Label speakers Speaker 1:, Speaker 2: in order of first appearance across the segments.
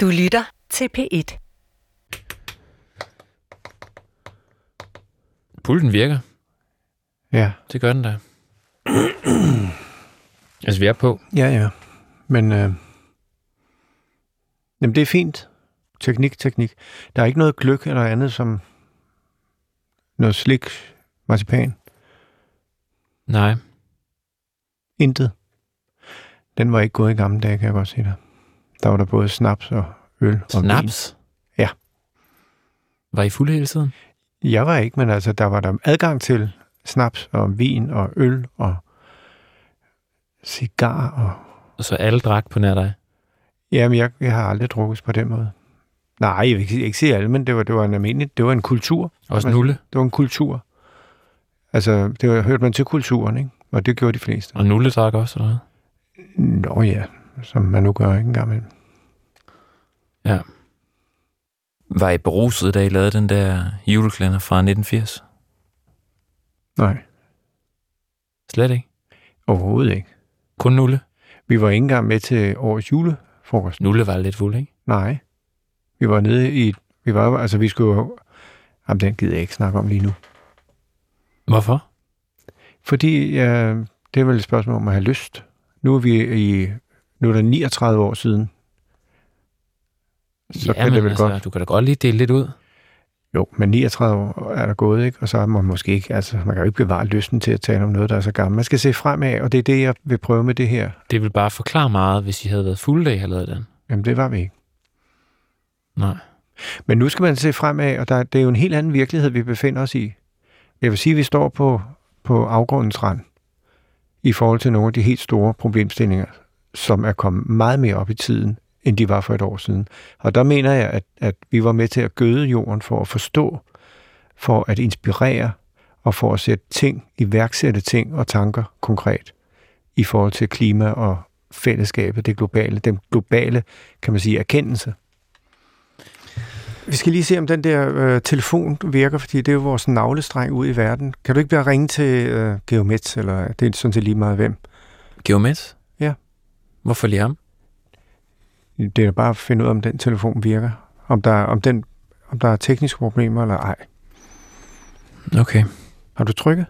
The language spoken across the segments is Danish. Speaker 1: Du lytter til P1.
Speaker 2: Pulten virker.
Speaker 3: Ja,
Speaker 2: Det gør den da. altså, vi er på.
Speaker 3: ja, ja. Men øh, jamen, det er fint. Teknik, teknik. Der er ikke noget gløk eller andet som noget slik, marcipan,
Speaker 2: Nej.
Speaker 3: intet. Den var ikke god i gamle dage, kan jeg godt sige dig. Der var der både snaps og øl. og vin.
Speaker 2: Snaps?
Speaker 3: Ja.
Speaker 2: Var I fulde hele tiden?
Speaker 3: Jeg var ikke, men altså, der var der adgang til snaps og vin og øl og cigar. Og...
Speaker 2: Så alle drak på nær dig?
Speaker 3: Jamen, jeg, jeg har aldrig drukket på den måde. Nej, jeg vil ikke, ikke sige alle, men det var, det var en almindelig, det var en kultur.
Speaker 2: Også
Speaker 3: Hvad-
Speaker 2: Nulle?
Speaker 3: Det var en kultur. Altså, det var, hørte man til kulturen, ikke? Og det gjorde de fleste.
Speaker 2: Og Nulle drak også, eller hvad?
Speaker 3: Nå ja, som man nu gør ikke engang. imellem.
Speaker 2: Var I beruset, da I lavede den der juleklænder fra 1980?
Speaker 3: Nej,
Speaker 2: Slet ikke.
Speaker 3: overhovedet ikke.
Speaker 2: Kun Nulle?
Speaker 3: Vi var ikke engang med til årets julefrokost.
Speaker 2: Nulle var lidt fuld, ikke?
Speaker 3: Nej. Vi var nede i... Vi var, altså, vi skulle jo... Jamen, den gider jeg ikke snakke om lige nu.
Speaker 2: Hvorfor?
Speaker 3: Fordi øh, det er vel et spørgsmål om at have lyst. Nu er vi i... Nu er der 39 år siden. Så kan det vel godt.
Speaker 2: altså, Du kan da godt lige dele lidt ud.
Speaker 3: Jo, men 39 år er der gået, ikke? Og så er man måske ikke, altså man kan jo ikke bevare lysten til at tale om noget, der er så gammelt. Man skal se fremad, og det er det, jeg vil prøve med det her.
Speaker 2: Det vil bare forklare meget, hvis I havde været fulde, da I havde lavet den.
Speaker 3: Jamen, det var vi ikke.
Speaker 2: Nej.
Speaker 3: Men nu skal man se fremad, og der, det er jo en helt anden virkelighed, vi befinder os i. Jeg vil sige, at vi står på, på afgrundens rand i forhold til nogle af de helt store problemstillinger, som er kommet meget mere op i tiden, end de var for et år siden. Og der mener jeg, at, at vi var med til at gøde jorden for at forstå, for at inspirere og for at sætte ting, iværksætte ting og tanker konkret i forhold til klima og fællesskabet, det globale, den globale, kan man sige, erkendelse. Vi skal lige se, om den der øh, telefon virker, fordi det er jo vores navlestreng ud i verden. Kan du ikke bare ringe til øh, Geomets, eller det er sådan set lige meget hvem?
Speaker 2: Geomet?
Speaker 3: Ja.
Speaker 2: Hvorfor lige ham?
Speaker 3: Det er jo bare at finde ud af, om den telefon virker. Om der, om den, om der er tekniske problemer eller ej.
Speaker 2: Okay.
Speaker 3: Har du trykket?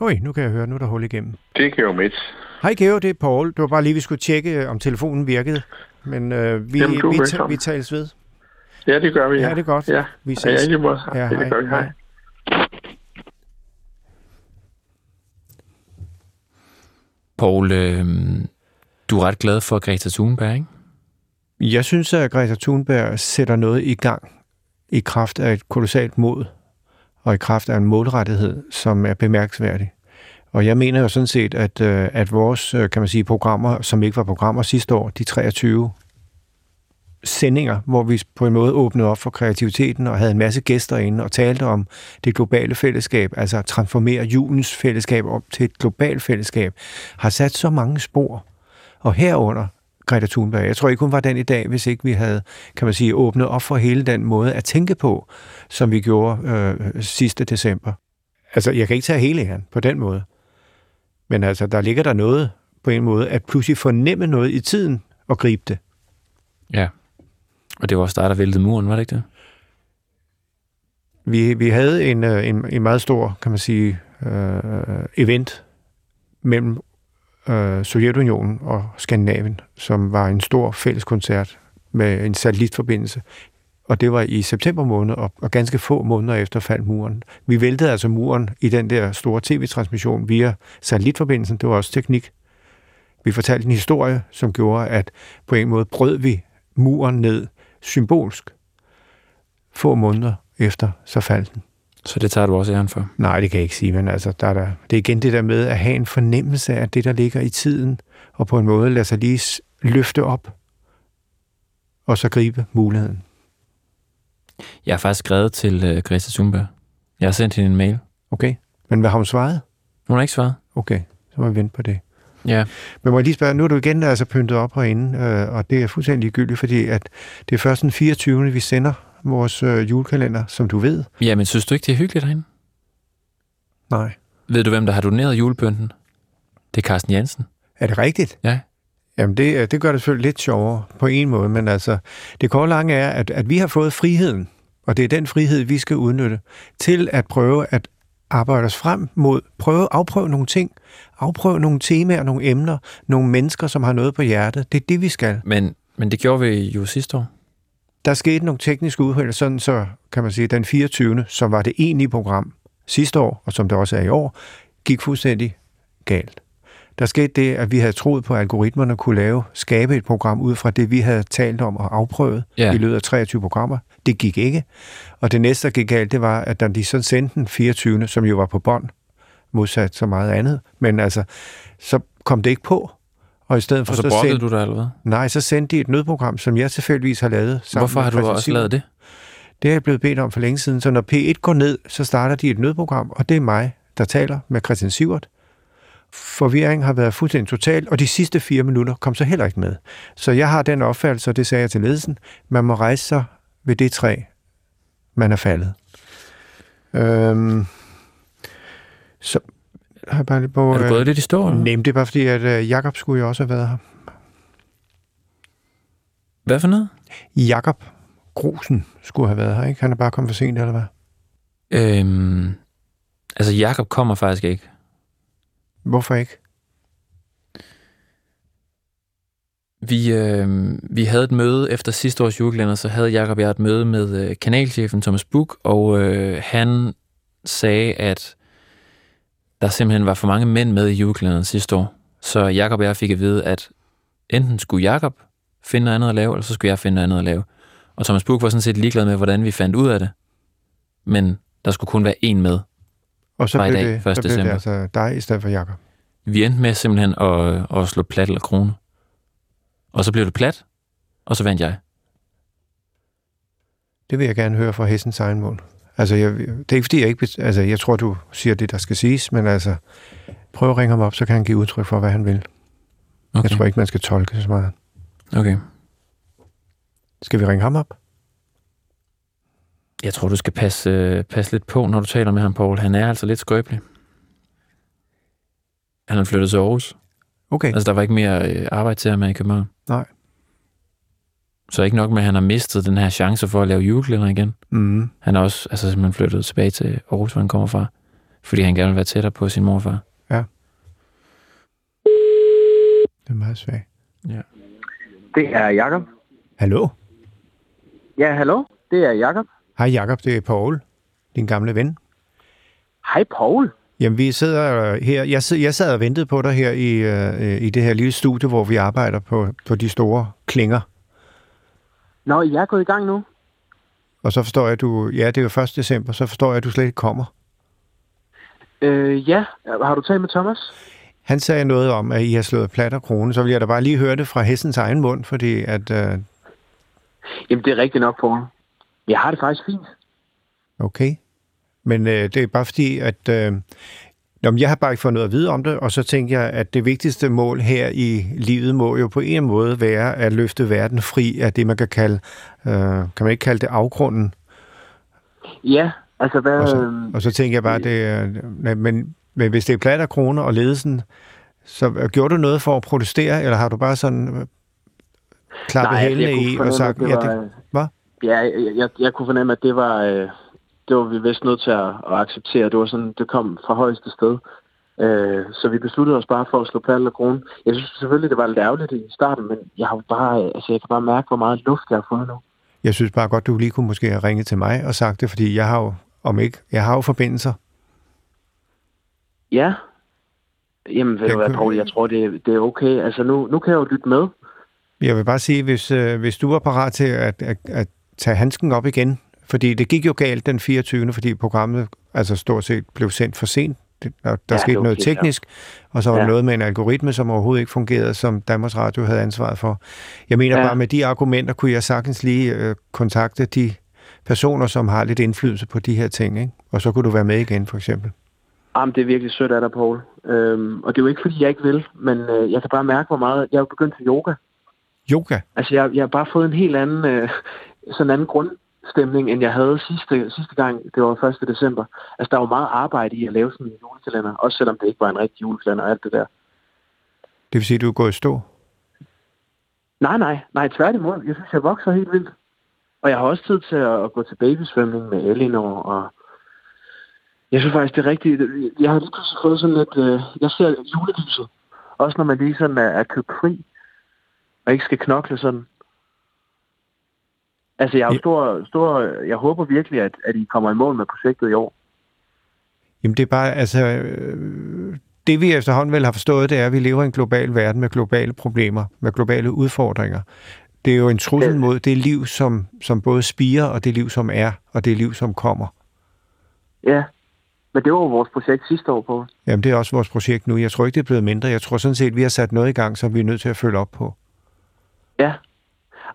Speaker 3: Oj, nu kan jeg høre, nu er der hul igennem.
Speaker 4: Det kan jo midt.
Speaker 3: Hej Geo, det er Paul. Det var bare lige, vi skulle tjekke, øh, om telefonen virkede. Men øh, vi,
Speaker 4: Jamen, du er
Speaker 3: vi, ta-
Speaker 4: velkommen.
Speaker 3: vi tales ved.
Speaker 4: Ja, det gør vi.
Speaker 3: Ja, det er godt.
Speaker 4: Ja,
Speaker 3: Vi
Speaker 4: ja,
Speaker 3: ses.
Speaker 4: i lige måde.
Speaker 3: Ja,
Speaker 4: ja
Speaker 3: hej.
Speaker 4: det gør vi. Hej.
Speaker 3: Hej.
Speaker 2: Poul, øh, du er ret glad for Greta Thunberg, ikke?
Speaker 3: Jeg synes, at Greta Thunberg sætter noget i gang i kraft af et kolossalt mod og i kraft af en målrettighed, som er bemærkelsesværdig. Og jeg mener jo sådan set, at, øh, at vores øh, kan man sige, programmer, som ikke var programmer sidste år, de 23 sendinger, hvor vi på en måde åbnede op for kreativiteten og havde en masse gæster inde og talte om det globale fællesskab, altså at transformere julens fællesskab op til et globalt fællesskab, har sat så mange spor. Og herunder Greta Thunberg. Jeg tror ikke, hun var den i dag, hvis ikke vi havde, kan man sige, åbnet op for hele den måde at tænke på, som vi gjorde øh, sidste december. Altså, jeg kan ikke tage hele æren på den måde. Men altså, der ligger der noget på en måde, at pludselig fornemme noget i tiden og gribe det.
Speaker 2: Ja. Og det var også dig, der væltede muren, var det ikke det?
Speaker 3: Vi, vi havde en, øh, en, en meget stor, kan man sige, øh, event mellem øh, Sovjetunionen og Skandinavien, som var en stor fælles koncert med en satellitforbindelse. Og det var i september måned, og, og ganske få måneder efter faldt muren. Vi væltede altså muren i den der store tv-transmission via satellitforbindelsen. Det var også teknik. Vi fortalte en historie, som gjorde, at på en måde brød vi muren ned symbolsk. Få måneder efter, så faldt den.
Speaker 2: Så det tager du også æren for.
Speaker 3: Nej, det kan jeg ikke sige, men altså, der er der, det er igen det der med at have en fornemmelse af det, der ligger i tiden, og på en måde lade sig lige s- løfte op, og så gribe muligheden.
Speaker 2: Jeg har faktisk skrevet til øh, Greta Thunberg. Jeg har sendt hende en mail.
Speaker 3: Okay? Men hvad har hun svaret?
Speaker 2: Hun har ikke svaret.
Speaker 3: Okay, så må vi vente på det.
Speaker 2: Ja.
Speaker 3: Men må jeg lige spørge, nu er du igen altså pyntet op herinde, øh, og det er fuldstændig ligegyldigt, fordi at det er først den 24. vi sender vores øh, julekalender, som du ved.
Speaker 2: Ja, men synes du ikke, det er hyggeligt derinde?
Speaker 3: Nej.
Speaker 2: Ved du, hvem der har doneret julepynten? Det er Carsten Jensen.
Speaker 3: Er det rigtigt?
Speaker 2: Ja.
Speaker 3: Jamen, det, øh, det gør det selvfølgelig lidt sjovere på en måde, men altså, det korte lange er, at, at vi har fået friheden, og det er den frihed, vi skal udnytte, til at prøve at arbejde os frem mod, prøve at afprøve nogle ting, afprøve nogle temaer, nogle emner, nogle mennesker, som har noget på hjertet. Det er det, vi skal.
Speaker 2: Men, men det gjorde vi jo sidste år.
Speaker 3: Der skete nogle tekniske uheld, sådan så kan man sige, den 24., som var det egentlige program sidste år, og som det også er i år, gik fuldstændig galt. Der skete det, at vi havde troet på, at algoritmerne kunne lave, skabe et program ud fra det, vi havde talt om og afprøvet
Speaker 2: Ja.
Speaker 3: i løbet af 23 programmer. Det gik ikke. Og det næste, der gik galt, det var, at da de så sendte den 24., som jo var på bånd, modsat så meget andet, men altså, så kom det ikke på. Og i stedet for
Speaker 2: Og så
Speaker 3: så
Speaker 2: brokkede
Speaker 3: sendte-
Speaker 2: du dig, eller hvad?
Speaker 3: Nej, så sendte de et nødprogram, som jeg tilfældigvis har lavet. sammen
Speaker 2: Hvorfor
Speaker 3: med
Speaker 2: har du
Speaker 3: Christian
Speaker 2: også
Speaker 3: Sivertsen.
Speaker 2: lavet det?
Speaker 3: Det er jeg blevet bedt om for længe siden, så når P1 går ned, så starter de et nødprogram, og det er mig, der taler med Christian Sivert. Forvirringen har været fuldstændig total, og de sidste fire minutter kom så heller ikke med. Så jeg har den opfattelse, og det sagde jeg til ledelsen, man må rejse sig ved det træ, man er faldet. Øhm, så har jeg bare lidt på...
Speaker 2: Er du gået lidt i stå? eller?
Speaker 3: Nej, men det er bare fordi, at øh, Jakob skulle jo også have været her.
Speaker 2: Hvad for noget?
Speaker 3: Jakob Grusen skulle have været her, ikke? Han er bare kommet for sent, eller hvad?
Speaker 2: Øhm, altså, Jakob kommer faktisk ikke.
Speaker 3: Hvorfor ikke?
Speaker 2: Vi, øh, vi havde et møde efter sidste års julekalender, så havde Jacob og jeg et møde med øh, kanalchefen Thomas Buk, og øh, han sagde, at der simpelthen var for mange mænd med i julekalenderen sidste år. Så Jacob og jeg fik at vide, at enten skulle Jacob finde noget andet at lave, eller så skulle jeg finde noget andet at lave. Og Thomas Buk var sådan set ligeglad med, hvordan vi fandt ud af det. Men der skulle kun være én med.
Speaker 3: Og så
Speaker 2: Fra i
Speaker 3: blev,
Speaker 2: dag,
Speaker 3: det,
Speaker 2: 1.
Speaker 3: så blev det
Speaker 2: december.
Speaker 3: altså dig i stedet for Jakob.
Speaker 2: Vi endte med simpelthen at, at slå plat eller krone. Og så blev det plat, og så vandt jeg.
Speaker 3: Det vil jeg gerne høre fra Hessens egen mund. Altså, jeg, det er ikke, fordi jeg ikke... bes- Altså, jeg tror, du siger det, der skal siges, men altså, prøv at ringe ham op, så kan han give udtryk for, hvad han vil. Okay.
Speaker 2: Okay.
Speaker 3: Jeg tror ikke, man skal tolke så meget.
Speaker 2: Okay.
Speaker 3: Skal vi ringe ham op?
Speaker 2: Jeg tror, du skal passe, øh, passe lidt på, når du taler med ham, Poul. Han er altså lidt skrøbelig. Han er flyttet til Aarhus.
Speaker 3: Okay.
Speaker 2: Altså, der var ikke mere øh, arbejde til ham her i København.
Speaker 3: Nej.
Speaker 2: Så ikke nok med, at han har mistet den her chance for at lave julekalender igen.
Speaker 3: Mm.
Speaker 2: Han er også altså, simpelthen flyttet tilbage til Aarhus, hvor han kommer fra. Fordi han gerne vil være tættere på sin morfar.
Speaker 3: Det er meget svagt.
Speaker 1: Det er Jakob.
Speaker 3: Hallo?
Speaker 1: Ja, hallo. Det er Jakob.
Speaker 3: Hej Jakob, det er Paul, din gamle ven.
Speaker 1: Hej, Paul.
Speaker 3: Jamen, vi sidder øh, her. Jeg, sidder, jeg sad og ventede på dig her i, øh, øh, i det her lille studie, hvor vi arbejder på, på de store klinger.
Speaker 1: Nå, jeg er gået i gang nu.
Speaker 3: Og så forstår jeg, at du... Ja, det er jo 1. december, så forstår jeg, at du slet ikke kommer.
Speaker 1: Øh, ja, har du talt med Thomas?
Speaker 3: Han sagde noget om, at I har slået plat og krone, så vil jeg da bare lige høre det fra hestens egen mund, fordi at... Øh,
Speaker 1: Jamen, det er rigtigt nok, Paul. Jeg har det faktisk fint.
Speaker 3: okay. Men øh, det er bare fordi, at... Øh, nå, men jeg har bare ikke fået noget at vide om det, og så tænker jeg, at det vigtigste mål her i livet må jo på en måde være at løfte verden fri af det, man kan kalde... Øh, kan man ikke kalde det afgrunden?
Speaker 1: Ja, altså hvad...
Speaker 3: Og så,
Speaker 1: øhm,
Speaker 3: og så tænker jeg bare, at det er... nej, Men, men hvis det er plat og krone og ledelsen, så øh, gjorde du noget for at protestere, eller har du bare sådan øh, klappet
Speaker 1: nej, altså,
Speaker 3: hælene
Speaker 1: jeg kunne
Speaker 3: i og
Speaker 1: fornemme,
Speaker 3: sagt,
Speaker 1: at det var, øh,
Speaker 3: ja, det, hvad?
Speaker 1: Ja, jeg, jeg, jeg kunne fornemme, at det var, øh, det var vi vist nødt til at, at acceptere. Det var sådan, det kom fra højeste sted. Øh, så vi besluttede os bare for at slå plat og kronen. Jeg synes selvfølgelig, det var lidt ærgerligt i starten, men jeg, har jo bare, øh, altså, jeg kan bare mærke, hvor meget luft jeg har fået nu.
Speaker 3: Jeg synes bare godt, du lige kunne måske have ringet til mig og sagt det, fordi jeg har jo, om ikke, jeg har jo forbindelser.
Speaker 1: Ja. Jamen, ved
Speaker 3: Jeg
Speaker 1: du hvad,
Speaker 3: kunne-
Speaker 1: Poul, jeg tror, det, det er okay. Altså, nu, nu kan jeg jo lytte med.
Speaker 3: Jeg vil bare sige, hvis, øh, hvis du var parat til at, at, at tage handsken op igen, fordi det gik jo galt den 24., fordi programmet altså stort set blev sendt for sent. Det- Der, der
Speaker 1: Ja,
Speaker 3: skete
Speaker 1: det var
Speaker 3: noget
Speaker 1: fint, ja.
Speaker 3: teknisk, og så var der
Speaker 1: Ja.
Speaker 3: noget med en algoritme, som overhovedet ikke fungerede, som Danmarks Radio havde ansvaret for. Jeg mener
Speaker 1: Ja.
Speaker 3: bare, med de argumenter kunne jeg sagtens lige øh, kontakte de personer, som har lidt indflydelse på de her ting, ikke? og så kunne du være med igen, for eksempel.
Speaker 1: Jamen, det er virkelig sødt af dig, Poul. Øhm, og det er jo ikke, fordi jeg ikke vil, men øh, jeg kan bare mærke, hvor meget... Jeg er jo begyndt til yoga.
Speaker 3: Yoga.
Speaker 1: Altså, jeg, jeg har bare fået en helt anden, øh, sådan en anden grundstemning, end jeg havde sidste, sidste gang. Det var 1. december. Altså, der var meget arbejde i at lave sådan en julekalender, også selvom det ikke var en rigtig julekalender og alt det der.
Speaker 3: Det vil sige, at du er gået i stå?
Speaker 1: Nej, nej, nej, tværtimod. Jeg synes, jeg vokser helt vildt. Og jeg har også tid til at, at gå til babysvømning med Elinor, og jeg synes faktisk, det er rigtigt. Jeg har lige pludselig fået sådan lidt... Øh, jeg ser julelyset. Også når man lige sådan er, er købt fri, og ikke skal knokle sådan. Altså, jeg, er jo
Speaker 3: Ja.
Speaker 1: stor, stor, jeg håber virkelig, at, at I kommer i mål med projektet i år.
Speaker 3: Jamen det er bare, altså, øh, det vi efterhånden vel har forstået, det er, at vi lever i en global verden med globale problemer, med globale udfordringer. Det er jo en trussel
Speaker 1: Ja.
Speaker 3: mod det liv, som, som både spiger, og det liv, som er, og det liv, som kommer.
Speaker 1: Ja, men det var jo vores projekt sidste år på.
Speaker 3: Jamen, det er også vores projekt nu. Jeg tror ikke, det er blevet mindre. Jeg tror sådan set, vi har sat noget i gang, som vi er nødt til at følge op på.
Speaker 1: Ja.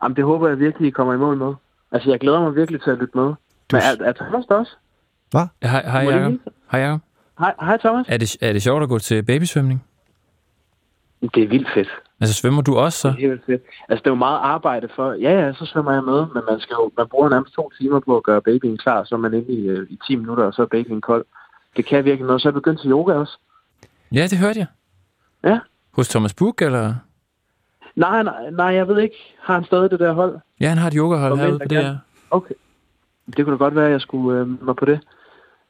Speaker 1: Jamen, det håber jeg virkelig, I kommer i mål med. Altså, jeg glæder mig virkelig til at lytte med.
Speaker 3: Du-
Speaker 1: Men er, er Thomas der også?
Speaker 2: Hej, hej
Speaker 1: Må jeg
Speaker 2: Jacob.
Speaker 1: hilse?
Speaker 2: Hej Jacob.
Speaker 1: Hej, hej Thomas.
Speaker 2: Er det, er det sjovt at gå til babysvømning?
Speaker 1: Det er vildt fedt.
Speaker 2: Altså svømmer du også så?
Speaker 1: Det er vildt fedt. Altså, det er jo meget arbejde for... Ja, ja, så svømmer jeg med, men man, skal jo, man bruger nærmest to timer på at gøre babyen klar, så er man inde i, øh, i 10 minutter, og så er babyen kold. Det kan virkelig noget. Så er jeg begyndt til yoga også.
Speaker 2: Ja, det hørte jeg.
Speaker 1: Ja.
Speaker 2: Hos Thomas Buk, eller?
Speaker 1: Nej, nej, nej, jeg ved ikke. Har han stadig det der hold?
Speaker 2: Ja, han har et yogahold
Speaker 1: Hvor
Speaker 2: herude
Speaker 1: mænd,
Speaker 2: på
Speaker 1: der
Speaker 2: det
Speaker 1: kan.
Speaker 2: her.
Speaker 1: Okay. Det kunne da godt være, at jeg skulle øh, mig på det.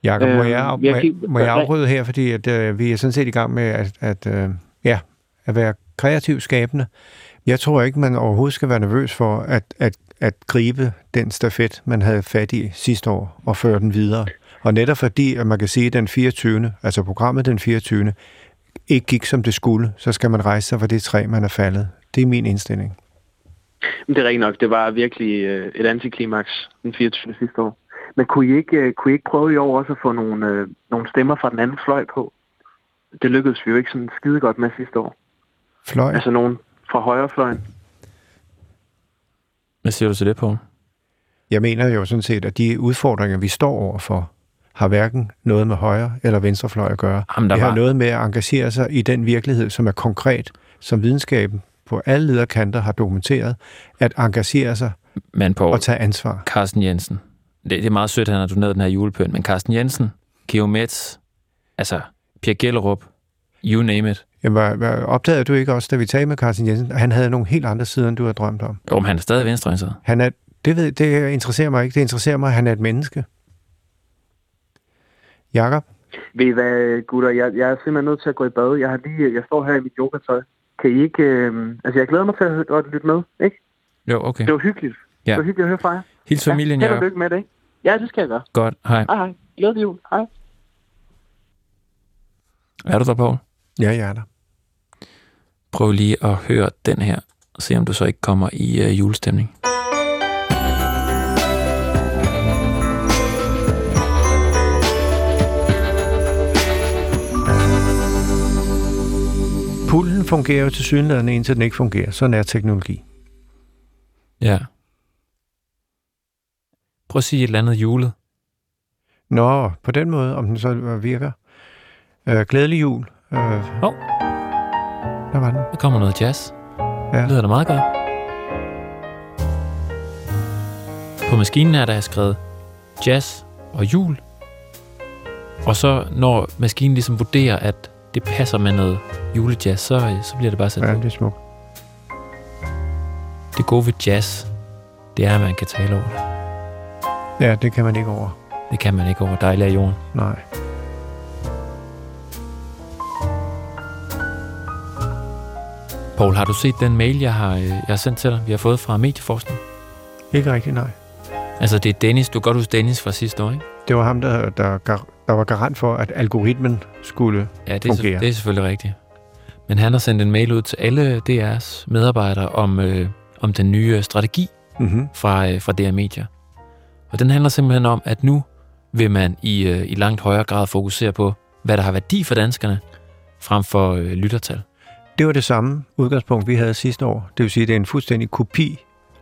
Speaker 3: Jakob, øh, må,
Speaker 1: Øhm,
Speaker 3: jeg, af-
Speaker 1: jeg
Speaker 3: må, jeg,
Speaker 1: kan-
Speaker 3: må jeg afbryde her, fordi at, øh, vi er sådan set i gang med at, at, øh, ja, at være kreativt skabende. Jeg tror ikke, man overhovedet skal være nervøs for at, at, at gribe den stafet, man havde fat i sidste år, og føre den videre. Og netop fordi, at man kan sige, at den 24., altså programmet den 24., ikke gik som det skulle, så skal man rejse sig fra det træ, man er faldet. Det er min indstilling.
Speaker 1: Men Det er rigtigt nok. Det var virkelig øh, et antiklimaks den 24. sidste år. Men kunne I ikke, øh, kunne I ikke prøve i år også at få nogle, øh, nogle stemmer fra den anden fløj på? Det lykkedes vi jo ikke sådan skide godt med sidste år.
Speaker 3: Fløj.
Speaker 1: Altså nogen fra højrefløjen.
Speaker 2: Hvad siger du til det, Poul?
Speaker 3: Jeg mener jo sådan set, at de udfordringer, vi står overfor, har hverken noget med højre eller venstrefløj at gøre.
Speaker 2: Jamen, der
Speaker 3: det
Speaker 2: var-
Speaker 3: har noget med at engagere sig i den virkelighed, som er konkret, som videnskaben på alle lederkanter har dokumenteret, at engagere sig
Speaker 2: Men Poul,
Speaker 3: og tage ansvar.
Speaker 2: Carsten Jensen. Det, det er meget sødt, at han har doneret den her julepøn, men Carsten Jensen, Geo Metz, altså Pierre Gellerup, you name it.
Speaker 3: Jamen, var, var, opdagede du ikke også, da vi talte med Carsten Jensen, at han havde nogle helt andre sider, end du havde drømt om?
Speaker 2: Jo, men han er stadig venstreorienteret.
Speaker 3: Han er, det, ved, det interesserer mig ikke. Det interesserer mig, at han er et menneske. Jakob?
Speaker 1: Ved I hvad, gutter? Jeg, jeg er simpelthen nødt til at gå i bad. Jeg, har lige, jeg står her i mit yogatøj. Kan I ikke... Øh, altså, jeg glæder mig til at, at lytte med, ikke?
Speaker 2: Jo, okay.
Speaker 1: Det var hyggeligt.
Speaker 2: Ja.
Speaker 1: Det var hyggeligt at høre fra jer.
Speaker 2: Hils familien,
Speaker 1: ja, held og
Speaker 2: Jacob.
Speaker 1: lykke med det, ikke? Ja, det skal jeg gøre.
Speaker 2: Godt, hej.
Speaker 1: Hej, hej. Glædelig jul. Hej.
Speaker 2: Er du der, Poul?
Speaker 3: Ja, jeg er der.
Speaker 2: Prøv lige at høre den her, og se om du så ikke kommer i øh, julestemning.
Speaker 3: Pullen fungerer jo til synligheden, indtil den ikke fungerer. Sådan er teknologi.
Speaker 2: Ja. Prøv at sige et eller andet julet.
Speaker 3: Nå, på den måde, om den så øh, virker. Øh, glædelig jul. Øh,
Speaker 2: Hov.
Speaker 3: Der var den.
Speaker 2: Der kommer noget jazz.
Speaker 3: Ja.
Speaker 2: Det lyder da meget godt. På maskinen er der skrevet jazz og jul. Og så når maskinen ligesom vurderer, at det passer med noget julejazz, så, så bliver det bare sat
Speaker 3: Ja,
Speaker 2: ja.
Speaker 3: det er smukt.
Speaker 2: Det gode ved jazz, det er, at man kan tale over det.
Speaker 3: Ja, det kan man ikke over.
Speaker 2: Det kan man ikke over dejlig af jorden.
Speaker 3: Nej.
Speaker 2: Poul, har du set den mail, jeg har, øh, jeg har sendt til dig, vi har fået fra Medieforskning?
Speaker 3: Ikke rigtig, nej.
Speaker 2: Altså, det er Dennis. Du kan godt huske Dennis fra sidste år, ikke?
Speaker 3: Det var ham, der, der, gar- der var garant for, at algoritmen skulle...
Speaker 2: Ja, det er, selv-
Speaker 3: Fungerer.
Speaker 2: det er selvfølgelig rigtigt. Men han har sendt en mail ud til alle DR's medarbejdere om, øh, om den nye øh, strategi
Speaker 3: Mm-hmm.
Speaker 2: fra, øh, fra DR Media. Og den handler simpelthen om, at nu vil man i, øh, i langt højere grad fokusere på, hvad der har værdi for danskerne, frem for øh, lyttertal.
Speaker 3: Det var det samme udgangspunkt, vi havde sidste år. Det vil sige, at det er en fuldstændig kopi,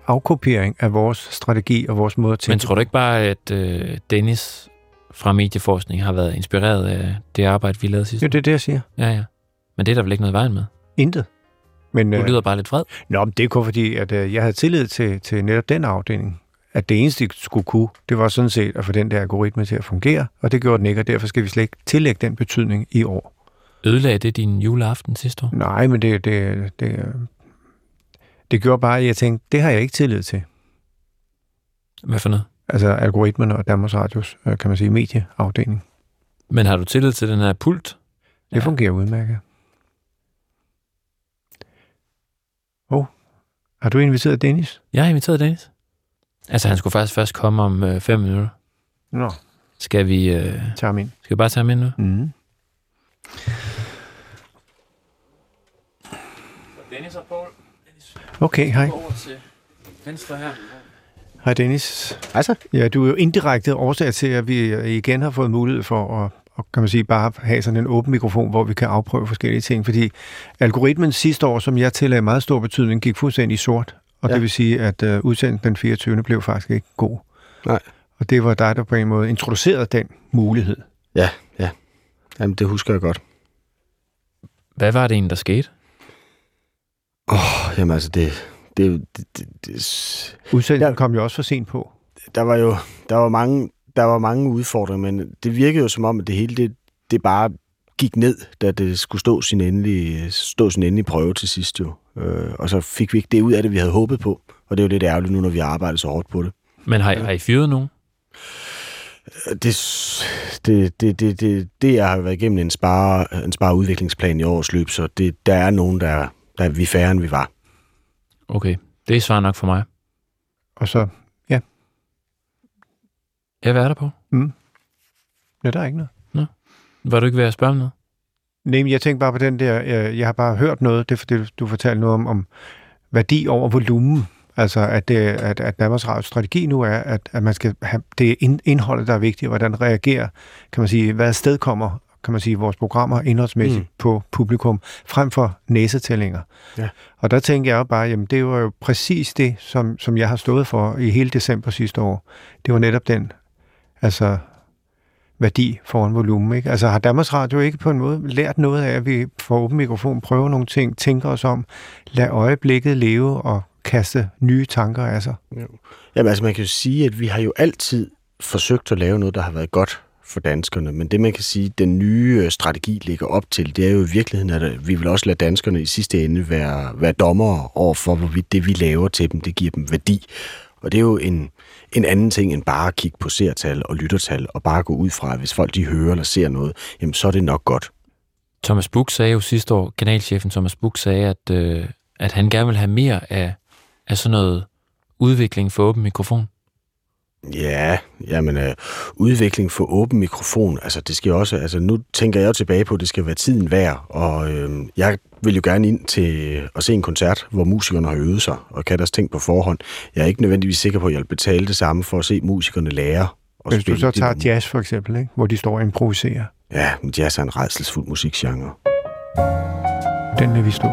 Speaker 3: afkopiering af vores strategi og vores måde at tænke.
Speaker 2: Men tror du ikke bare, at øh, Dennis fra Medieforskning har været inspireret af det arbejde, vi lavede sidste
Speaker 3: Jo, det er det, jeg siger.
Speaker 2: Ja, ja. Men det er der vel ikke noget i vejen med?
Speaker 3: Intet. Men,
Speaker 2: Du
Speaker 3: øh,
Speaker 2: lyder bare lidt vred.
Speaker 3: Nå, men det er kun fordi, at øh, jeg havde tillid til, til netop den afdeling. At det eneste, de skulle kunne, det var sådan set at få den der algoritme til at fungere, og det gjorde den ikke, og derfor skal vi slet ikke tillægge den betydning i år.
Speaker 2: Ødelagde det din juleaften sidste år?
Speaker 3: Nej, men det, det, det, Det gjorde bare, at jeg tænkte, det har jeg ikke tillid til.
Speaker 2: Hvad for noget?
Speaker 3: Altså algoritmerne og Danmarks Radios, øh, kan man sige, medieafdeling.
Speaker 2: Men har du tillid til den her pult?
Speaker 3: Det
Speaker 2: Ja.
Speaker 3: fungerer udmærket. Åh, oh, har du inviteret Dennis?
Speaker 2: Jeg har inviteret Dennis. Altså, han skulle faktisk først komme om øh, fem minutter.
Speaker 3: Nå,
Speaker 2: Skal vi, øh,
Speaker 3: tager ham ind.
Speaker 2: skal vi bare tage ham ind nu?
Speaker 3: Mm.
Speaker 2: Dennis og Paul,
Speaker 3: Okay, hej.
Speaker 2: over til venstre her.
Speaker 3: Hej Dennis.
Speaker 5: Altså,
Speaker 3: Ja, du er jo indirekte årsag til, at vi igen har fået mulighed for at og kan man sige, bare have sådan en åben mikrofon, hvor vi kan afprøve forskellige ting, fordi algoritmen sidste år, som jeg tillagde meget stor betydning, gik fuldstændig i sort, og ja.
Speaker 5: Ja.
Speaker 3: det vil sige, at øh, udsendelsen den 24. blev faktisk ikke god.
Speaker 5: Nej.
Speaker 3: Og det var dig, der på en måde introducerede den mulighed.
Speaker 5: ja, ja. Jamen, det husker jeg godt.
Speaker 2: Hvad var det egentlig, der skete?
Speaker 5: Åh, jamen altså, det, det, det, det, det...
Speaker 3: Udsendelsen
Speaker 5: Ja.
Speaker 3: kom jo også for sent på.
Speaker 5: Der var jo der var mange, der var mange udfordringer, men det virkede jo som om, at det hele det, det bare gik ned, da det skulle stå sin, endelige, stå sin endelige prøve til sidst jo. Øh, og så fik vi ikke det ud af det, vi havde håbet på. Og det er jo lidt ærgerligt nu, når vi har arbejdet så hårdt på det.
Speaker 2: Men har, har I fyret nogen?
Speaker 5: Øh, det, det, det, det, det, det jeg har været igennem en spare, en spare udviklingsplan i årets løb, så det, der er nogen, der, der er vi færre, end vi var.
Speaker 2: Okay, det er svar nok for mig.
Speaker 3: Og så,
Speaker 2: Jeg var der på.
Speaker 3: ja, der er ikke noget.
Speaker 2: Var du ikke ved at spørge om noget?
Speaker 3: Nej, men jeg tænkte bare på den der, øh, jeg har bare hørt noget, det er fordi, du- du fortalte noget om, om værdi over volumen. Altså, at, det, at, at Danmarks Radios strategi nu er, at, at man skal have, det er ind- indholdet, der er vigtigt, og hvordan reagerer, kan man sige, hvad sted kommer, kan man sige, vores programmer indholdsmæssigt mm.
Speaker 5: Mm.
Speaker 3: på publikum, frem for næsetællinger.
Speaker 5: Ja.
Speaker 3: Og der tænker jeg jo bare, jamen det var jo præcis det, som, som jeg har stået for i hele december sidste år. Det var netop den, altså værdi foran volumen. Ikke? Altså har Danmarks Radio ikke på en måde lært noget af, at vi får åben mikrofon, prøver nogle ting, tænker os om, lad øjeblikket leve og kaste nye tanker af sig.
Speaker 5: Jamen altså, man kan jo sige, at vi har jo altid forsøgt at lave noget, der har været godt for danskerne, men det man kan sige, den nye øh, strategi ligger op til, det er jo i virkeligheden, at øh, vi vil også lade danskerne i sidste ende være, være dommere over for, hvorvidt det vi laver til dem, det giver dem værdi. Og det er jo en, en anden ting end bare at kigge på seertal og lyttertal og bare gå ud fra, at hvis folk de hører eller ser noget, jamen så er det nok godt.
Speaker 2: Thomas Buch sagde jo sidste år, kanalchefen Thomas Buch sagde, at, øh, at han gerne vil have mere af, af sådan noget udvikling for åben mikrofon.
Speaker 5: Ja, jamen øh, udvikling for åben mikrofon, altså det skal jo også, altså nu tænker jeg jo tilbage på, at det skal være tiden værd, og øh, jeg vil jo gerne ind til at se en koncert, hvor musikerne har øvet sig, og kan deres ting på forhånd. Jeg er ikke nødvendigvis sikker på, at jeg vil betale det samme for at se musikerne lære. Og
Speaker 3: Hvis du så tager jazz for eksempel, ikke? hvor de står og improviserer,
Speaker 5: Ja, men jazz er en redselsfuld musikgenre.
Speaker 3: den lader vi stå.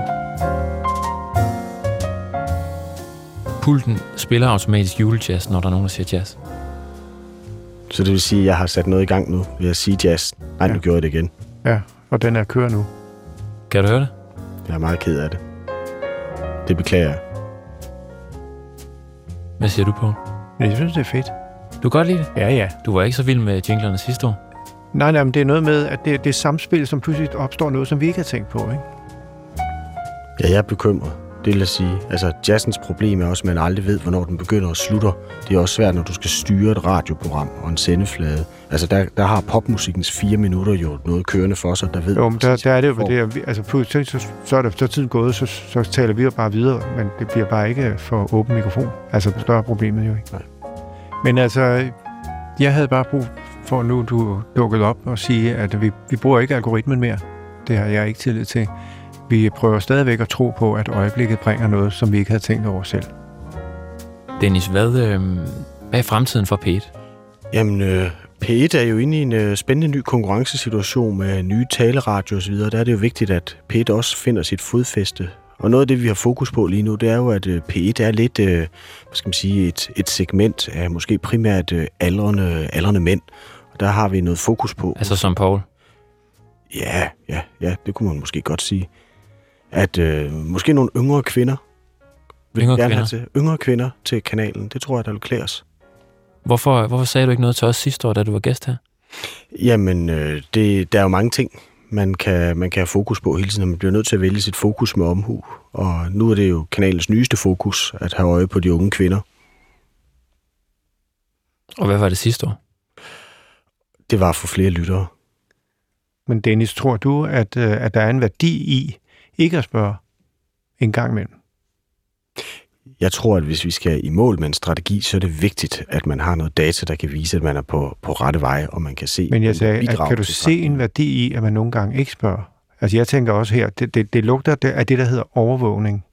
Speaker 2: Pulten spiller automatisk julejazz, når der er nogen, der siger jazz.
Speaker 5: Så det vil sige, at jeg har sat noget i gang nu ved at sige jazz. Nej, nu
Speaker 3: Ja.
Speaker 5: gjorde jeg det igen.
Speaker 3: Ja, og den er kører nu.
Speaker 2: Kan du høre det?
Speaker 5: Jeg er meget ked af det. Det beklager jeg.
Speaker 2: Hvad siger du på?
Speaker 3: Men jeg synes, det er fedt.
Speaker 2: Du kan godt lide det.
Speaker 3: Ja, ja.
Speaker 2: Du var ikke så vild med jinglerne sidste år.
Speaker 3: Nej, nej, men det er noget med, at det, det er samspil, som pludselig opstår noget, som vi ikke har tænkt på. Ikke?
Speaker 5: Ja, jeg er bekymret. Det vil jeg sige. Altså, jazzens problem er også, at man aldrig ved, hvornår den begynder og slutter. Det er også svært, når du skal styre et radioprogram og en sendeflade. Altså, der, der har popmusikkens fire minutter jo noget kørende for sig, der ved...
Speaker 3: Jo, men der, der er det jo
Speaker 5: hvor-
Speaker 3: det, at vi, altså pludselig, så, så er der så er tiden gået, så, så taler vi jo bare videre, men det bliver bare ikke øh, for åben mikrofon. Altså, større er problemet jo ikke.
Speaker 5: Nej.
Speaker 3: Men altså, jeg havde bare brug for nu, du dukkede op og sige, at vi, vi bruger ikke algoritmen mere. Det har jeg ikke tillid til. Vi prøver stadigvæk at tro på, at øjeblikket bringer noget, som vi ikke havde tænkt over selv.
Speaker 2: Dennis, hvad, øh, hvad er fremtiden for Pete?
Speaker 5: Jamen, øh, P1 er jo inde i en øh, spændende ny konkurrencesituation med nye taleradio osv. Der er det jo vigtigt, at P1 også finder sit fodfæste. Og noget af det, vi har fokus på lige nu, det er jo, at øh, P1 er lidt, øh, hvad skal man sige, et, et segment af måske primært øh, aldrende, aldrende mænd. Og der har vi noget fokus på.
Speaker 2: Altså som Paul.
Speaker 5: Ja, ja, ja, det kunne man måske godt sige. At øh, måske nogle yngre kvinder vil
Speaker 2: Yngre
Speaker 5: yngre gerne
Speaker 2: kvinder?
Speaker 5: kvinder. have til yngre kvinder til kanalen. Det tror jeg, der vil klæde os.
Speaker 2: Hvorfor, hvorfor sagde du ikke noget til os sidste år, da du var gæst her?
Speaker 5: Jamen, øh, det, der er jo mange ting, man kan, man kan have fokus på hele tiden, og man bliver nødt til at vælge sit fokus med omhu. Og nu er det jo kanalens nyeste fokus, at have øje på de unge kvinder.
Speaker 2: Og hvad var det sidste år?
Speaker 5: Det var for flere lyttere.
Speaker 3: Men Dennis, tror du, at, øh, at der er en værdi i ikke at spørge en gang imellem?
Speaker 5: Jeg tror, at hvis vi skal i mål med en strategi, så er det vigtigt, at man har noget data, der kan vise, at man er på, på rette vej, og man kan se...
Speaker 3: Men jeg
Speaker 5: om
Speaker 3: sagde,
Speaker 5: det
Speaker 3: at
Speaker 5: bidrager
Speaker 3: kan du
Speaker 5: til
Speaker 3: se en værdi i, at man nogle gange ikke spørger? Altså jeg tænker også her, det, det, det lugter det- af det, der hedder overvågning.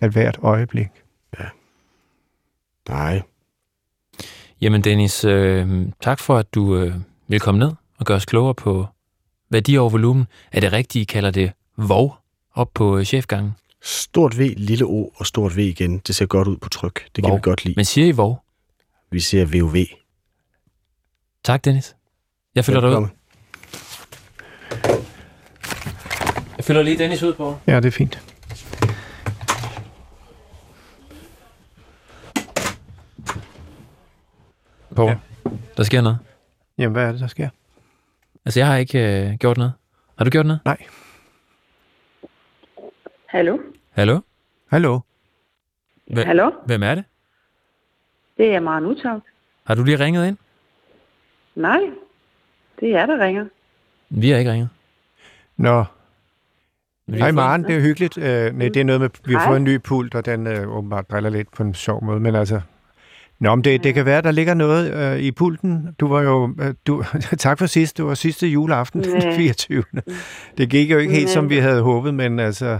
Speaker 3: At hvert øjeblik.
Speaker 5: strategien. Nej,
Speaker 2: Jamen Dennis, øh, tak for, at du øh, vil komme ned og gøre os klogere på værdi over volumen. Er det rigtigt, I kalder det VOV op på øh, chefgangen?
Speaker 5: stort V, lille O og stort V igen, det ser godt ud på tryk. Det kan
Speaker 2: Wow.
Speaker 5: vi godt lide.
Speaker 2: Men siger I VOV?
Speaker 5: Vi ser VOV.
Speaker 2: Tak, Dennis. Jeg følger dig ud.
Speaker 5: Velkommen.
Speaker 2: Jeg følger lige Dennis ud på.
Speaker 3: Ja, det er fint.
Speaker 2: På. Ja.
Speaker 3: Ja.
Speaker 2: Der sker noget.
Speaker 3: Jamen, hvad er det, der sker?
Speaker 2: Altså, jeg har ikke øh, gjort noget. Har du gjort noget?
Speaker 3: Nej.
Speaker 6: Hallo?
Speaker 2: Hallo?
Speaker 3: Hallo?
Speaker 2: Hvem,
Speaker 6: Hallo?
Speaker 2: Hvem er det?
Speaker 6: Det er Maren Utaugt.
Speaker 2: Har du lige ringet ind?
Speaker 6: Nej, det er jer, der ringer.
Speaker 2: Vi har ikke ringet.
Speaker 3: Nå,
Speaker 2: Vi
Speaker 3: hej Maren, det er hyggeligt. Øh, nej, det er noget med, vi har
Speaker 6: Hej.
Speaker 3: fået en ny pult, og den øh, åbenbart driller lidt på en sjov måde, men altså... Nå, men det, det kan være, der ligger noget øh, i pulten. Du var jo... Øh, du, tak for sidst. Det var sidste juleaften den
Speaker 6: Næ.
Speaker 3: 24. Det gik jo ikke helt,
Speaker 6: Næ.
Speaker 3: som vi havde håbet, men altså...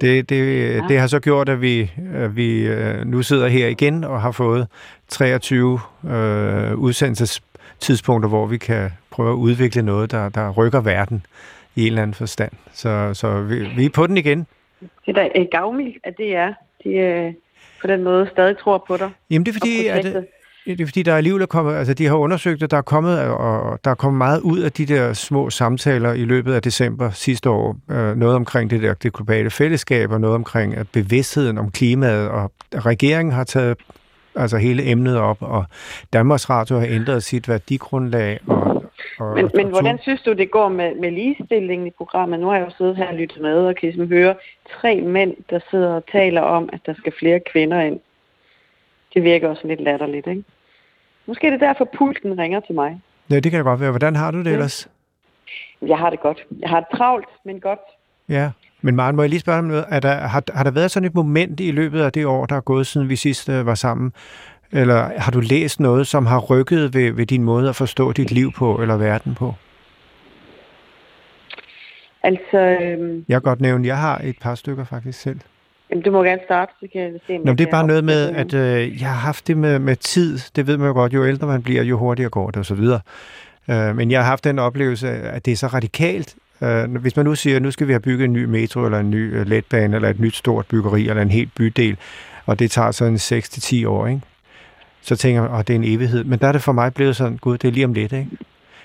Speaker 3: Det, det, det har så gjort, at vi, at vi øh, nu sidder her igen og har fået 23 øh, udsendelsestidspunkter, hvor vi kan prøve at udvikle noget, der, der rykker verden i en eller anden forstand. Så, så vi, vi er på den igen.
Speaker 6: Det er da øh, gavmildt, at det er. De øh, på den måde stadig tror på dig.
Speaker 3: Jamen det er
Speaker 6: og
Speaker 3: fordi, at,
Speaker 6: projektet.
Speaker 3: det er fordi der er alligevel er kommet, altså de har undersøgt, at der er kommet, og der er kommet meget ud af de der små samtaler i løbet af december sidste år. Øh, noget omkring det der det globale fællesskab, og noget omkring at bevidstheden om klimaet, og regeringen har taget altså hele emnet op, og Danmarks Radio har ændret sit værdigrundlag. Og, og,
Speaker 6: Men, men
Speaker 3: og-
Speaker 6: hvordan synes du, det går med, med ligestillingen i programmet? Nu har jeg jo siddet her og lyttet med, og kan ligesom høre tre mænd, der sidder og taler om, at der skal flere kvinder ind. Det virker også lidt latterligt, ikke? Måske er det derfor, pulten ringer til mig.
Speaker 3: Ja, det kan det godt være. Hvordan har du det ellers?
Speaker 6: Jeg har det godt. Jeg har det travlt, men godt.
Speaker 3: Ja. Men Maren, må jeg lige spørge om noget? Er der, har, har der været sådan et moment i løbet af det år, der er gået, siden vi sidst øh, var sammen? Eller har du læst noget, som har rykket ved, ved din måde at forstå dit liv på, eller verden på?
Speaker 6: Altså, øhm,
Speaker 3: Jeg kan godt nævne, jeg har et par stykker faktisk selv.
Speaker 6: jamen, du må gerne starte, så kan jeg se, om
Speaker 3: Nå,
Speaker 6: jeg
Speaker 3: men det er
Speaker 6: kan
Speaker 3: bare noget med,
Speaker 6: opdatere.
Speaker 3: at øh, jeg har haft det med, med tid. Det ved man jo godt, jo ældre man bliver, jo hurtigere går det osv. Øh, men jeg har haft den oplevelse, at det er så radikalt. Øh, hvis man nu siger, at nu skal vi have bygget en ny metro, eller en ny øh, letbane, eller et nyt stort byggeri, eller en helt bydel, og det tager sådan 6-10 år, ikke? så tænker man, at det er en evighed. Men der er det for mig blevet sådan, gud, det er lige om lidt, ikke?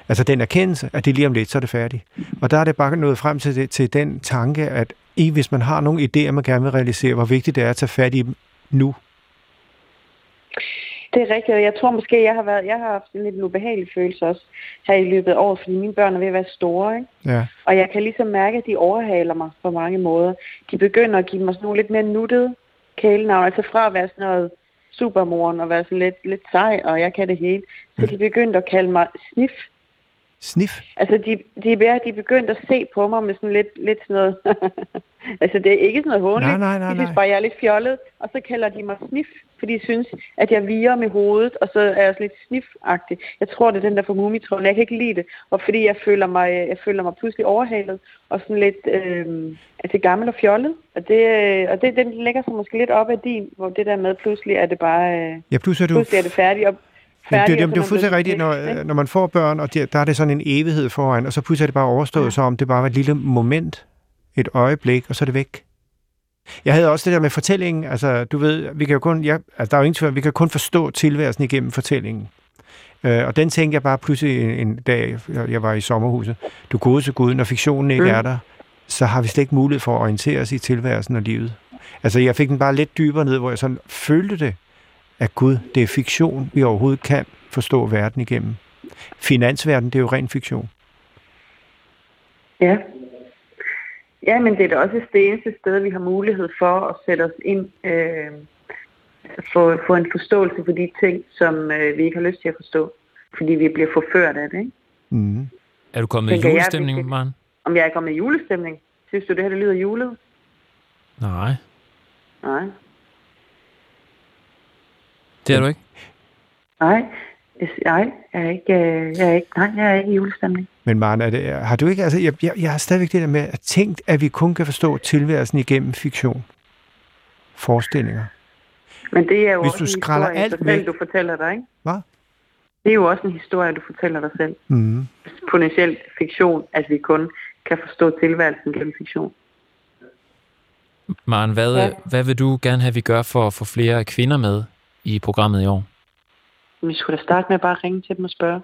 Speaker 3: Altså den erkendelse, at det er lige om lidt, så er det færdigt. Og der er det bare nået frem til, det, til den tanke, at i, hvis man har nogle idéer, man gerne vil realisere, hvor vigtigt det er at tage fat i dem nu.
Speaker 6: Det er rigtigt, og jeg tror måske, jeg har, været, jeg har haft sådan lidt en ubehagelig følelse også her i løbet af året, fordi mine børn er ved at være store, ikke?
Speaker 3: Ja.
Speaker 6: Og jeg kan ligesom mærke, at de overhaler mig på mange måder. De begynder at give mig sådan nogle lidt mere nuttede kælenavn, altså fra at være sådan noget supermoren og være sådan lidt, lidt sej, og jeg kan det hele. Så de begyndte at kalde mig snif.
Speaker 3: Snif.
Speaker 6: Altså, de, de, er mere, de er begyndt at se på mig med sådan lidt, lidt sådan noget... altså, det er ikke sådan noget håndligt.
Speaker 3: Nej, nej, nej,
Speaker 6: de
Speaker 3: nej.
Speaker 6: synes bare, jeg er lidt fjollet, og så kalder de mig snif, fordi de synes, at jeg virer med hovedet, og så er jeg også lidt snif -agtig. Jeg tror, det er den der fra mumitrollen. Jeg kan ikke lide det, og fordi jeg føler mig, jeg føler mig pludselig overhalet, og sådan lidt øh, altså gammel og fjollet. Og det, øh, og det, den lægger sig måske lidt op af din, hvor det der med, pludselig er det bare... Øh,
Speaker 3: Ja, pludselig er du...
Speaker 6: pludselig er det færdigt, og
Speaker 3: Men det,
Speaker 6: færdigt,
Speaker 3: det,
Speaker 6: og
Speaker 3: det, det er
Speaker 6: så man
Speaker 3: fuldstændig
Speaker 6: blevet
Speaker 3: rigtigt,
Speaker 6: sådan lidt,
Speaker 3: når,
Speaker 6: ikke?
Speaker 3: når man får børn, og der, der er det sådan en evighed foran, og så pludselig er det bare overstået, ja. så om det bare var et lille moment, et øjeblik, og så er det væk. Jeg havde også det der med fortællingen, altså du ved, vi kan jo kun, ja, altså, der er jo ingen tvivl, vi kan kun forstå tilværelsen igennem fortællingen. Øh, og den tænkte jeg bare pludselig en, en dag, jeg, jeg var i sommerhuset, du gode til Gud, når fiktionen ikke mm.
Speaker 6: Mm.
Speaker 3: er der, så har vi slet ikke mulighed for at orientere os i tilværelsen og livet. Altså jeg fik den bare lidt dybere ned, hvor jeg sådan følte det, at Gud, det er fiktion, vi overhovedet kan forstå verden igennem. finansverden, det er jo ren fiktion.
Speaker 6: Ja. Ja, men det er da også det eneste sted, vi har mulighed for at sætte os ind, øh, få, få en forståelse for de ting, som øh, vi ikke har lyst til at forstå, fordi vi bliver forført af det. Ikke?
Speaker 3: Mm.
Speaker 2: Er du kommet i
Speaker 6: Tænker jeg,
Speaker 2: julestemning,
Speaker 6: hvis det-
Speaker 2: Maren?
Speaker 6: Om jeg er kommet i julestemning? Synes du, det her det lyder julet?
Speaker 2: Nej,
Speaker 6: Nej.
Speaker 2: det er du ikke.
Speaker 6: Nej. Jeg- Nej, jeg er ikke, øh, jeg er ikke, nej, jeg er ikke i julestemning.
Speaker 3: Men Maren, er det, har du ikke, altså, jeg, jeg, jeg har stadigvæk det der med, at tænkt, at vi kun kan forstå tilværelsen igennem fiktion. Forestillinger.
Speaker 6: Men det er jo
Speaker 3: Hvis
Speaker 6: også
Speaker 3: du
Speaker 6: en
Speaker 3: skræller
Speaker 6: historie,
Speaker 3: alt
Speaker 6: dig selv,
Speaker 3: væk-
Speaker 6: du fortæller dig, ikke?
Speaker 3: Hvad?
Speaker 6: Det er jo også en historie, du fortæller dig selv.
Speaker 3: Mm.
Speaker 6: Potentielt fiktion, at vi kun kan forstå tilværelsen gennem fiktion.
Speaker 2: Maren, hvad,
Speaker 6: Ja.
Speaker 2: hvad vil du gerne have, vi gør for at få flere kvinder med i programmet i år?
Speaker 6: Men vi skulle da starte med bare at ringe til dem og spørge.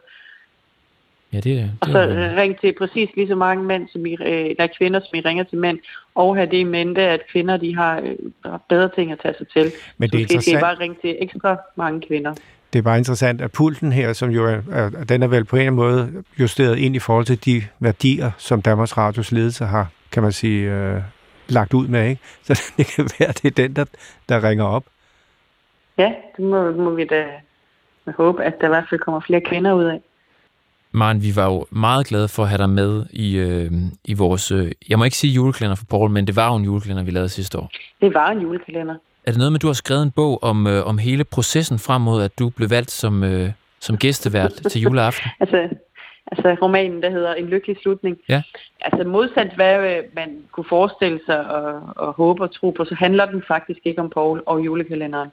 Speaker 2: Ja, det,
Speaker 6: Og
Speaker 2: det
Speaker 6: så
Speaker 2: er jo-
Speaker 6: øh, ring til præcis lige så mange mænd, som I, øh, der kvinder, som I ringer til mænd, og have det i mente, at kvinder de har øh, har bedre ting at tage sig til.
Speaker 3: Men det er
Speaker 6: Måske skal I
Speaker 3: interessant.
Speaker 6: bare ringe til ekstra mange kvinder.
Speaker 3: Det er bare interessant, at pulten her, som jo er, er, den er vel på en eller anden måde justeret ind i forhold til de værdier, som Danmarks Radios ledelse har, kan man sige, øh, lagt ud med, ikke? Så det kan være, det er den, der, der ringer op.
Speaker 6: Ja, det må, må vi da håbe, at der i hvert fald kommer flere kvinder ud af.
Speaker 2: Maren, vi var jo meget glade for at have dig med i, øh, i vores... Øh, jeg må ikke sige juleklænder for Paul, men det var jo en juleklænder, vi lavede sidste år.
Speaker 6: Det var en julekalender.
Speaker 2: Er det noget med, at du har skrevet en bog om, øh, om hele processen frem mod, at du blev valgt som, øh, som gæstevært til juleaften?
Speaker 6: Altså, altså romanen, der hedder En lykkelig slutning.
Speaker 2: Ja.
Speaker 6: Altså modsat hvad øh, man kunne forestille sig og, og håbe og tro på, så handler den faktisk ikke om Paul og julekalenderen,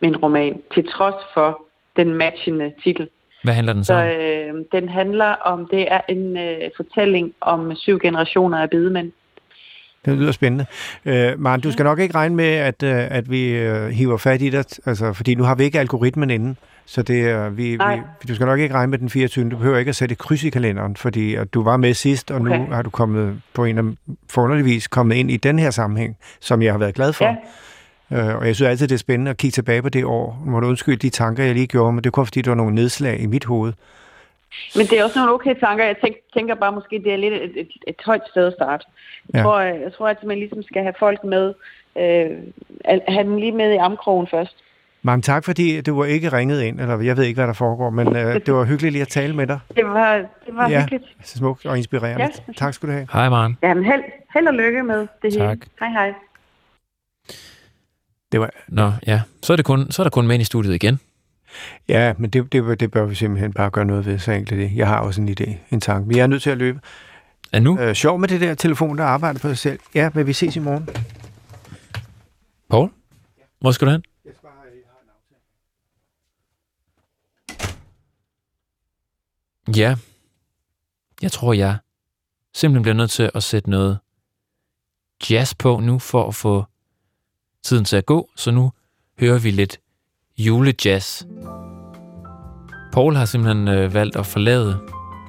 Speaker 6: men en roman, til trods for den matchende titel.
Speaker 2: Hvad handler den så
Speaker 6: Så
Speaker 2: om?
Speaker 6: øh, den handler om, det er en øh, fortælling om syv generationer af bedemænd.
Speaker 3: Det lyder spændende. Øh, Maren, du skal nok ikke regne med, at, øh, at vi øh, hiver fat i dig, altså, fordi nu har vi ikke algoritmen inde, så det, øh, vi,
Speaker 6: Nej.
Speaker 3: vi, du skal nok ikke regne med den 24. Du behøver ikke at sætte et kryds i kalenderen, fordi at du var med sidst, og okay. nu
Speaker 6: Okay.
Speaker 3: har du kommet på en af forunderlig vis kommet ind i den her sammenhæng, som jeg har været glad for.
Speaker 6: Ja.
Speaker 3: Øh, og jeg synes altid, det er spændende at kigge tilbage på det år. Nu må du undskylde de tanker, jeg lige gjorde, men det var fordi, der var nogle nedslag i mit hoved.
Speaker 6: Men det er også nogle okay tanker. Jeg tænk, tænker bare måske, det er lidt et, et, et højt sted at starte. Jeg,
Speaker 3: Ja.
Speaker 6: ja. tror, jeg, jeg tror, at man ligesom skal have folk med, øh, al- have dem lige med i armkrogen først.
Speaker 3: Mange tak, fordi du var ikke ringet ind, eller jeg ved ikke, hvad der foregår, men øh, det var hyggeligt lige at tale med dig.
Speaker 6: Det var, det var ja. hyggeligt.
Speaker 3: så smukt og inspirerende. Ja.
Speaker 6: Ja.
Speaker 3: Tak skal du have.
Speaker 2: Hej, Maren.
Speaker 6: Jamen, held, held og lykke med det
Speaker 2: Tak.
Speaker 6: hele. Hej hej.
Speaker 3: Det var,
Speaker 2: Nå, ja. Så er, det kun, så er der kun mænd i studiet igen.
Speaker 3: ja, men det, det, det bør vi simpelthen bare gøre noget ved, så enkelt er det. Jeg har også en idé, en tanke. Vi er nødt til at løbe.
Speaker 2: Er nu?
Speaker 3: Øh, sjov med det der telefon, der arbejder på sig selv. Ja, men vi ses i morgen.
Speaker 2: Paul? Hvor skal du hen? Ja. Jeg tror, jeg simpelthen bliver nødt til at sætte noget jazz på nu, for at få tiden til at gå. Så nu hører vi lidt julejazz. Paul har simpelthen øh, valgt at forlade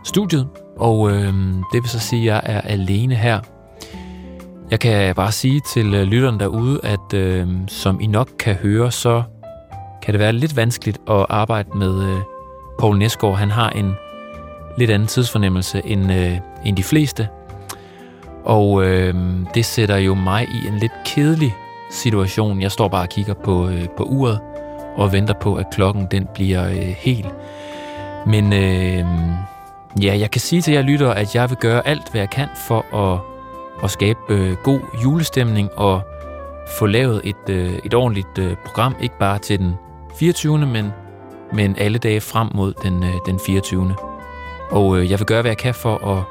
Speaker 2: studiet, og øh, det vil så sige, at jeg er alene her jeg kan bare sige til øh, lytteren derude, at øh, som I nok kan høre, så kan det være lidt vanskeligt at arbejde med øh, Poul Nesgaard. Han har en lidt anden tidsfornemmelse end, øh, end de fleste. Og øh, det sætter jo mig i en lidt kedelig situation. Jeg står bare og kigger på, øh, på uret og venter på, at klokken den bliver øh, helt. Men øh, ja, jeg kan sige til jer lyttere, at jeg vil gøre alt, hvad jeg kan for at og skabe øh, god julestemning og få lavet et, øh, et ordentligt øh, program, ikke bare til den 24., men, men alle dage frem mod den, øh, den 24. Og øh, jeg vil gøre, hvad jeg kan for at,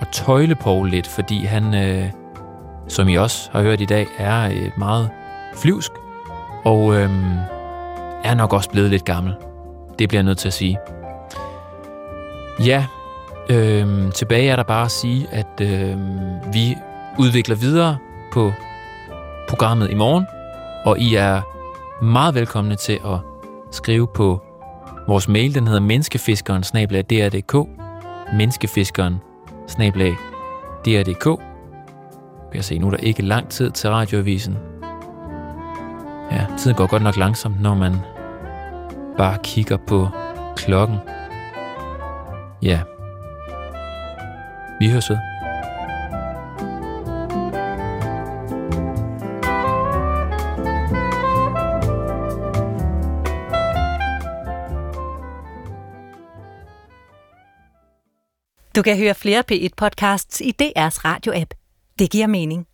Speaker 2: at tøjle Paul lidt, fordi han, øh, som I også har hørt i dag, er øh, meget flyvsk og øh, er nok også blevet lidt gammel. Det bliver jeg nødt til at sige. Ja, Øhm, tilbage er der bare at sige, at øhm, vi udvikler videre på programmet i morgen, og I er meget velkomne til at skrive på vores mail. Den hedder menneskefiskeren snablag dr.dk menneskefiskeren snablag dr.dk Vi kan se, nu er der ikke lang tid til radioavisen. Ja, tiden går godt nok langsomt, når man bare kigger på klokken. Ja. Vi høres ved.
Speaker 7: Du kan høre flere P1-podcasts i DR's radio-app. Det giver mening.